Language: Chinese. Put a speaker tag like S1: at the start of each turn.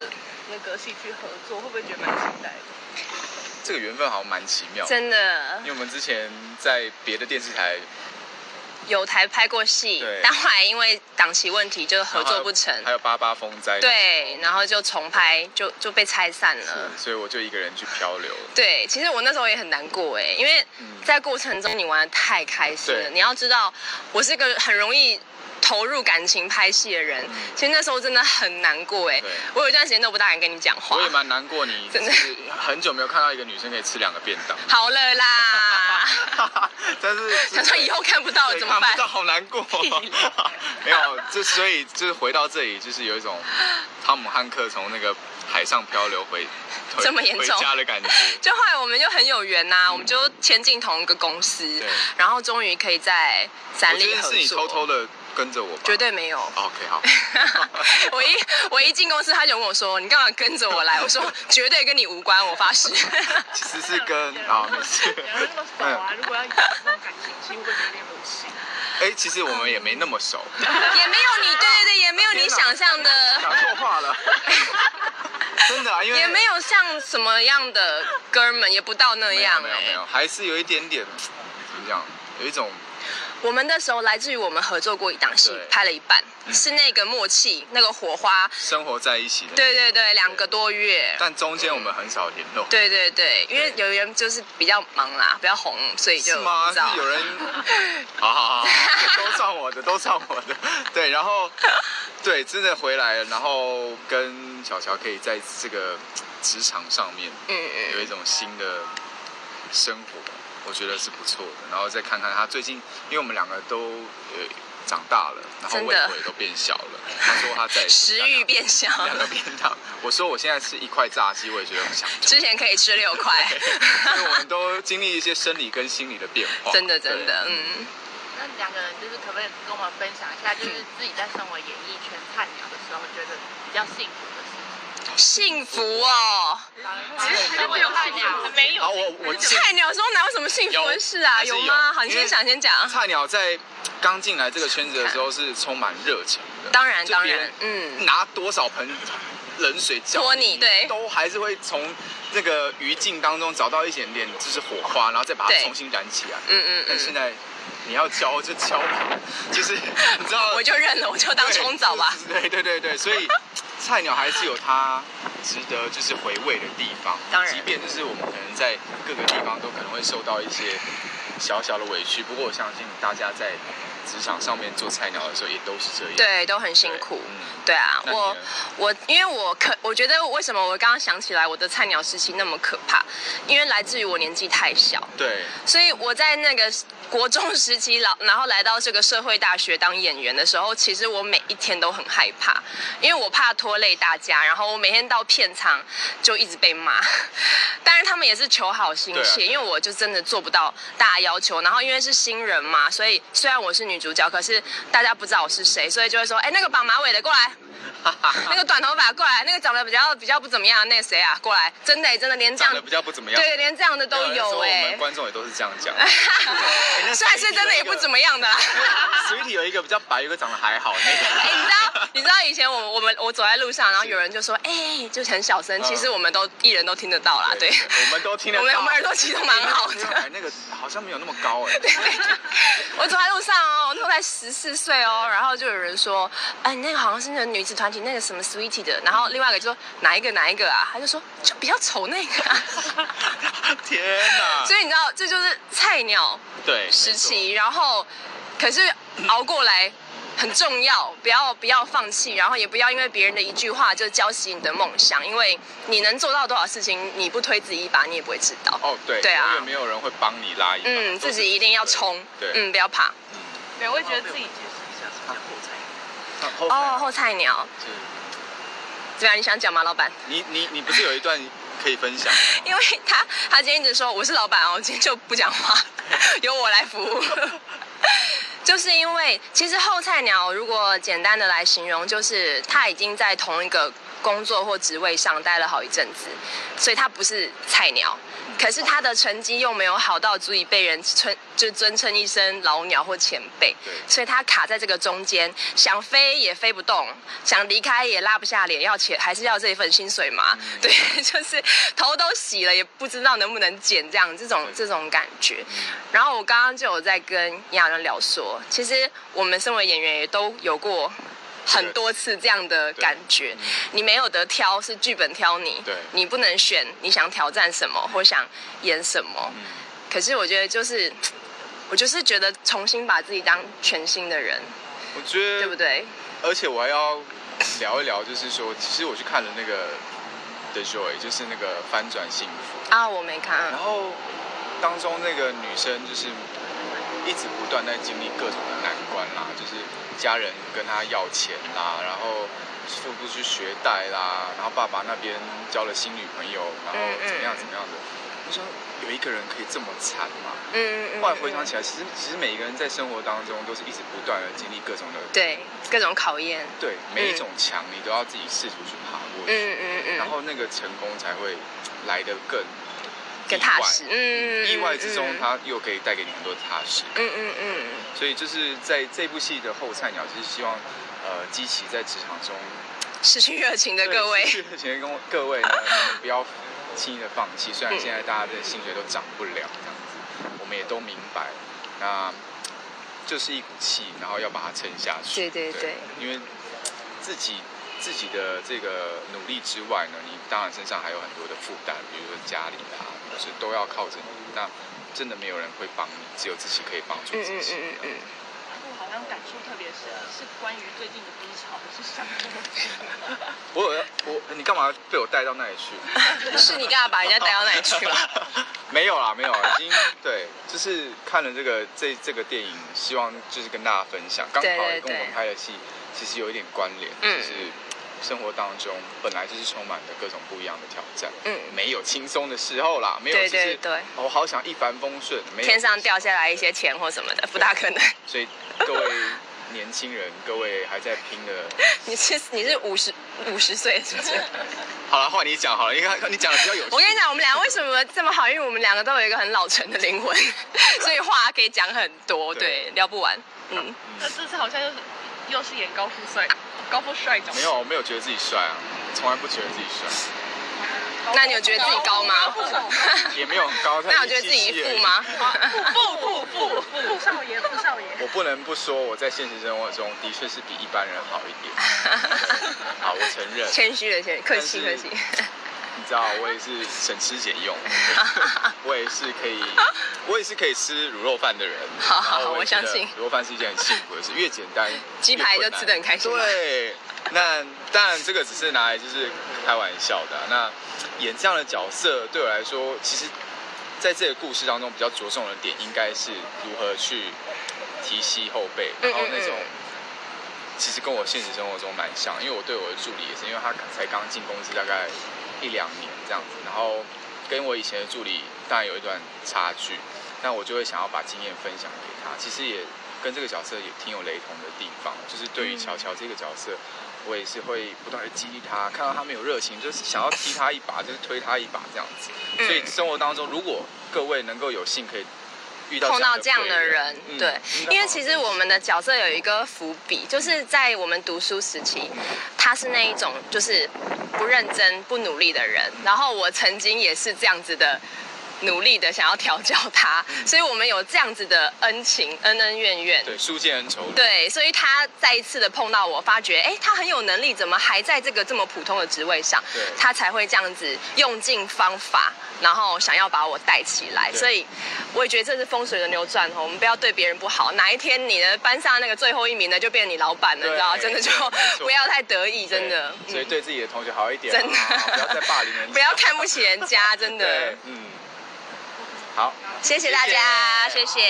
S1: 那个戏剧合作，会不会觉得蛮期待的？
S2: 这个缘分好像蛮奇妙的，
S3: 真的
S2: 因为我们之前在别的电视台
S3: 有台拍过戏
S2: 对，
S3: 但后来因为档期问题就合作不成
S2: 然后还有，还有八八风灾，
S3: 对，然后就重拍，就就被拆散了
S2: 是，。呃所以我就一个人去漂流了。
S3: 对，其实我那时候也很难过哎，因为
S2: 嗯
S3: 在过程中你玩的太开心了。
S2: 对
S3: 你要知道，我是个很容易投入感情拍戏的人
S2: 嗯，
S3: 其实那时候真的很难过哎
S2: 对。
S3: 我有一段时间都不大敢跟你讲话
S2: 我。也蛮难过，你
S3: 真的
S2: 是很久没有看到一个女生可以吃两个便 当，
S3: 好了 啦，
S2: 但是
S3: 想说以后看不到了
S2: 对
S3: 怎么
S2: 看
S3: 办
S2: 不到？好难 过
S3: 屁嘞。
S2: 没有，这所以就是回到这里，就是有一种汤姆汉克从那个海上漂流回回
S3: 这么严重
S2: 回家 的感觉。
S3: 就后来我们就很有缘呐、我们就签进同一个公司
S2: 对，
S3: 然后终于可以在
S2: 我
S3: 三立合
S2: 觉得
S3: 作。
S2: 是你偷偷的跟着我吧？
S3: 绝对没有。
S2: OK，好。
S3: 我一我一进公司，他就问我说：“你干嘛跟着我来？”我说：“绝对跟你无关，我发 誓。
S2: 其实是 跟啊，没 事
S1: 两个人。那么熟
S3: 嗯
S1: 啊，如果要演那种感情戏，会不会觉得有点恶心？
S2: 哎，其实我们也没那么 熟，”
S3: 也没有你，对对对，也没有你想象的，
S2: 讲错话了。 真的啊，因为
S3: 也没有像什么样的哥们，也不到那
S2: 没
S3: 样
S2: 有没有没
S3: 哎、
S2: 有，还是有一点点怎么讲，有一种
S3: 我们那时候来自于我们合作过一档戏
S2: 对，
S3: 拍了一半，
S2: 嗯
S3: 是那个默契，那个火花。
S2: 生活在一起的。。
S3: 对对对，两个多月。
S2: 但中间我们很少联络。
S3: 对对对，因为有人就是比较忙啦，比较红，所以就是不
S2: 吗？
S3: 知道
S2: 是有 人，好好好，都算我的，都算我 的。对，然后对，真的回来了，然后跟小乔可以在这个职场上面
S3: 嗯嗯。
S2: 有一种新的生活，我觉得是不错的。然后再看看他最近，因为我们两个都呃长大了，然后
S3: 真
S2: 胃
S3: 的
S2: 口也都变小了。他说他在
S3: 食欲变小
S2: 两个便当，我说我现在吃一块炸鸡，我也觉得不想吃。
S3: 之前可以吃六块，
S2: 所以我们都经历一些生理跟心理的变化。
S3: 真的真
S2: 对
S3: 的，嗯，
S1: 那两个人就是可不可以跟我们分享一下，就是自己在身为演艺圈菜鸟的时候，觉得比较幸福的事情？
S3: 幸福哦。
S1: 其实还是没有菜鸟，还没
S2: 好，我我记
S3: 菜鸟中哪有什么幸福的事啊？
S2: 有还是有
S3: 吗？好，你
S2: 因为
S3: 先讲，先讲。
S2: 菜鸟在刚进来这个圈子的时候是充满热情的，
S3: 当然
S2: 就
S3: 当
S2: 别
S3: 然
S2: 人，
S3: 嗯，
S2: 拿多少盆冷水浇
S3: 泼你对
S2: 都还是会从那个余烬当中找到一点点就是火花，然后再把它
S3: 对
S2: 重新燃起来。
S3: 嗯嗯
S2: 但现
S3: 嗯，
S2: 在你要浇就浇吧，就是你知道，
S3: 我就认了，我就当
S2: 对
S3: 冲澡吧。。
S2: 对对对 对，所以菜鸟还是有它值得就是回味的地方。
S3: 当然
S2: 即便就是我们可能在各个地方都可能会受到一些小小的委屈，不过我相信大家在职场上面做菜鸟的时候也都是这样。
S3: 对，都很辛苦。
S2: 嗯
S3: 对啊，
S2: 那你
S3: 我
S2: 呢
S3: 我因为我可我觉得为什么我刚刚想起来我的菜鸟时期那么可怕，因为来自于我年纪太小，
S2: 对，
S3: 所以我在那个国中时期老，然后来到这个社会大学当演员的时候，其实我每一天都很害怕，因为我怕拖累大家，然后我每天到片场就一直被骂。 当然他们也是求好心切，
S2: 对啊
S3: 因为我就真的做不到大家要求。然后因为是新人嘛，所以虽然我是女主角，可是大家不知道我是谁，所以就会说：“哎，那个绑马尾的过 来。”那个短头发过来，那个长得比较比较不怎么样，那个谁啊过来，真的、真的连这
S2: 长
S3: 样
S2: 得，比较不怎么样。
S3: 对，连这样的都
S2: 那时候
S3: 有
S2: 我
S3: 哎、
S2: 们观众也都是这样 讲。哎那
S3: 虽然是真的也不怎么样的啦。
S2: Sweetie 有一个比较白，有一个长得还好
S3: 哎、
S2: 那
S3: 你知道，你知道以前我我们我走在路上，然后有人就说，哎、就是很小声，
S2: 嗯
S3: 其实我们都艺人都听得到啦，
S2: 个。
S3: 啊对，
S2: 我们都听 得
S3: 我们
S2: 到。
S3: 我们耳朵其实都蛮好
S2: 没有
S3: 的。
S2: 哎那个好像没有那么高哎。
S3: 我走在路上哦，我那时候才十四岁哦，然后就有人说，哎、那个好像是那个女子团体那个什么 Sweetie 的，然后另外一个就说哪一个哪一个啊，他就说就比较丑那个、啊，
S2: 天 哪！
S3: 所以你知道这就是菜鸟
S2: 对
S3: 时期，然后可是熬过来很重要，不要不要放弃，然后也不要因为别人的一句话就浇熄你的梦想，因为你能做到多少事情，你不推自己一把，你也不会知道。
S2: 哦，对，
S3: 对啊
S2: 永远没有人会帮你拉一把，
S3: 嗯，
S2: 都
S3: 自
S2: 是
S3: 己一定要冲，
S2: 对，
S3: 嗯，不要怕。
S1: 没有，我也觉得自己其实比较像火柴。
S2: 后
S3: 哦，
S2: 台
S3: 后菜鸟，
S2: 就是
S3: 怎么样？你想讲吗，老板？
S2: 你你你不是有一段可以分享？
S3: 因为他他今天一直说我是老板哦，今天就不讲话，由我来服务。 就是因为其实后菜鸟，如果简单的来形容，就是他已经在同一个工作或职位上待了好一阵子，所以他不是菜鸟，可是他的成绩又没有好到足以被人称就尊称一声老鸟或前辈，
S2: 对
S3: 所以他卡在这个中间，想飞也飞不动，想离开也拉不下脸，要钱还是要这一份薪水嘛？对， 就是头都洗了，也不知道能不能剪，这样这种
S2: 嗯
S3: 这种感觉。然后我刚刚就有在跟亚伦聊说，其实我们身为演员也都有过很多次这样的感觉，你没有得挑，是剧本挑你，
S2: 嗯对
S3: 你不能选你想挑战什么或想演什么。
S2: 嗯
S3: 可是我觉得就是，我就是觉得重新把自己当全新的人，
S2: 我觉得
S3: 对不对？
S2: 而且我还要聊一聊，就是说，其实我去看了那个《The Joy》，就是那个翻转幸福，
S3: 啊，我没看
S2: 然
S3: 啊，
S2: 后当中那个女生就是一直不断在经历各种的难关啦，就是家人跟她要钱啦，然后付不出学贷啦，然后爸爸那边交了新女朋友，然
S3: 嗯
S2: 后怎么样怎么样的。我说有一个人可以这么惨吗？
S3: 嗯嗯嗯，
S2: 后来回想
S3: 嗯
S2: 起来，其实其实每一个人在生活当中都是一直不断的经历各种的
S3: 嗯对各种考验，
S2: 对，每一种墙你都要自己试图去爬过去，
S3: 嗯嗯嗯，
S2: 然后那个成功才会来得更
S3: 更
S2: 意
S3: 踏
S2: 外
S3: 实，嗯，嗯
S2: 意外之中，，
S3: 嗯
S2: 它又可以带给你很多踏实。
S3: 嗯嗯嗯，
S2: 所以就是在这部戏的后菜鸟，就是希望呃激起在职场中
S3: 失去热情的各位，
S2: 对前跟各位呢， 你们不要轻易的放弃。虽然
S3: 嗯
S2: 现在大家的薪水都涨不了，这样子，我们也都明白，那就是一股气，然后要把它撑下去。
S3: 对对对
S2: 因为自己自己的这个努力之外呢，你当然身上还有很多的负担，比如说家里啊，就是都要靠着你。那真的没有人会帮你，只有自己可以帮助
S3: 嗯
S2: 自
S3: 嗯
S2: 己。
S3: 嗯嗯嗯。
S1: 我好像感触特别深，是关于最近的低潮，是什么？
S2: 我有我你干嘛被我带到那里 去？
S3: 是你干嘛把人家带到那里去吗？
S2: 没有啦，没有，已经对，就是看了这个这这个电影，希望就是跟大家分享，刚好
S3: 对对
S2: 也跟我们
S3: 对
S2: 拍的戏其实有一点关联，
S3: 嗯
S2: 就是生活当中本来就是充满了各种不一样的挑战，
S3: 嗯
S2: 没有轻松的时候啦，没有
S3: 对
S2: 就是
S3: 对对
S2: 哦我好想一帆风顺， 没有
S3: 天上掉下来一些钱或什么的，不大可能。
S2: 所以各位年轻人， 各位还在拼的，
S3: 你是你是五十五十岁是不 是？
S2: 好了，换你讲好了，因为你讲的比较有趣
S3: 我，跟你讲，我们俩为什么这么好？因为我们两个都有一个很老成的灵魂， 所以话可以讲很多，
S2: 对
S3: 对，聊不完。嗯，
S1: 那这次好像又是又是演高富帅，高富帅角
S2: 没有，我没有觉得自己帅啊，从来不觉得自己帅，
S3: 那你有觉得自己高 吗？
S2: 也没有很 高，
S3: 那有觉得自己一
S2: 副
S3: 副 吗？？
S1: 不不不不，富少爷，富少爷。
S2: 我不能不说，我在现实生活中的确是比一般人好一点。 好，我承认，
S3: 谦虚了，谦虚，客气客
S2: 但是
S3: 气。
S2: 你知道我也是省吃俭 用，我也是可以，我也是可以吃卤肉饭的人。
S3: 好好好
S2: 然后也
S3: 我相
S2: 觉得
S3: 信
S2: 卤肉饭是一件很幸福的事，越简单，
S3: 鸡排就吃得很开心
S2: 越
S3: 嘛
S2: 困难对，那当然这个只是拿来就是开玩笑的啊、那演这样的角色对我来说，其实在这个故事当中比较着重的点，应该是如何去提携后辈，
S3: 嗯
S2: 然后那
S3: 嗯
S2: 种
S3: 嗯。
S2: 其实跟我现实生活中蛮像，因为我对我的助理也是，因为他才刚进公司大概一两年这样子，然后跟我以前的助理当然有一段差距，那我就会想要把经验分享给他。其实也跟这个角色也挺有雷同的地方，就是对
S3: 嗯
S2: 于乔乔这个角色，我也是会不断的激励他，看到他们有热情，就是想要踢他一把，就是推他一把这样子。
S3: 嗯
S2: 所以生活当中，如果各位能够有幸可以遇到
S3: 碰到这样
S2: 贵
S3: 的人，
S2: 嗯
S3: 对，因为其实我们的
S2: 嗯
S3: 角色有一个伏笔，就是在我们读书时期，他是那一种就是不认真、不努力的人，然后我曾经也是这样子的。努力的想要调教他，所以我们有这样子的恩情、恩恩怨怨。
S2: 对书剑恩仇人
S3: 对，所以他再一次的碰到我，发觉哎，他很有能力，怎么还在这个这么普通的职位上
S2: 对？
S3: 他才会这样子用尽方法，然后想要把我带起来。
S2: 对
S3: 所以我也觉得这是风水轮流转哦，我们不要对别人不好。哪一天你的班上那个最后一名的就变你老板了，
S2: 对
S3: 你知道吗？真的就
S2: 对没错
S3: 不要太得意，真的，嗯
S2: 对所以对自己的同学好一点啊，
S3: 真的
S2: 不要再霸凌人家，
S3: 不要看不起人家，真的
S2: 对。，嗯，好。
S3: 谢谢大家，谢谢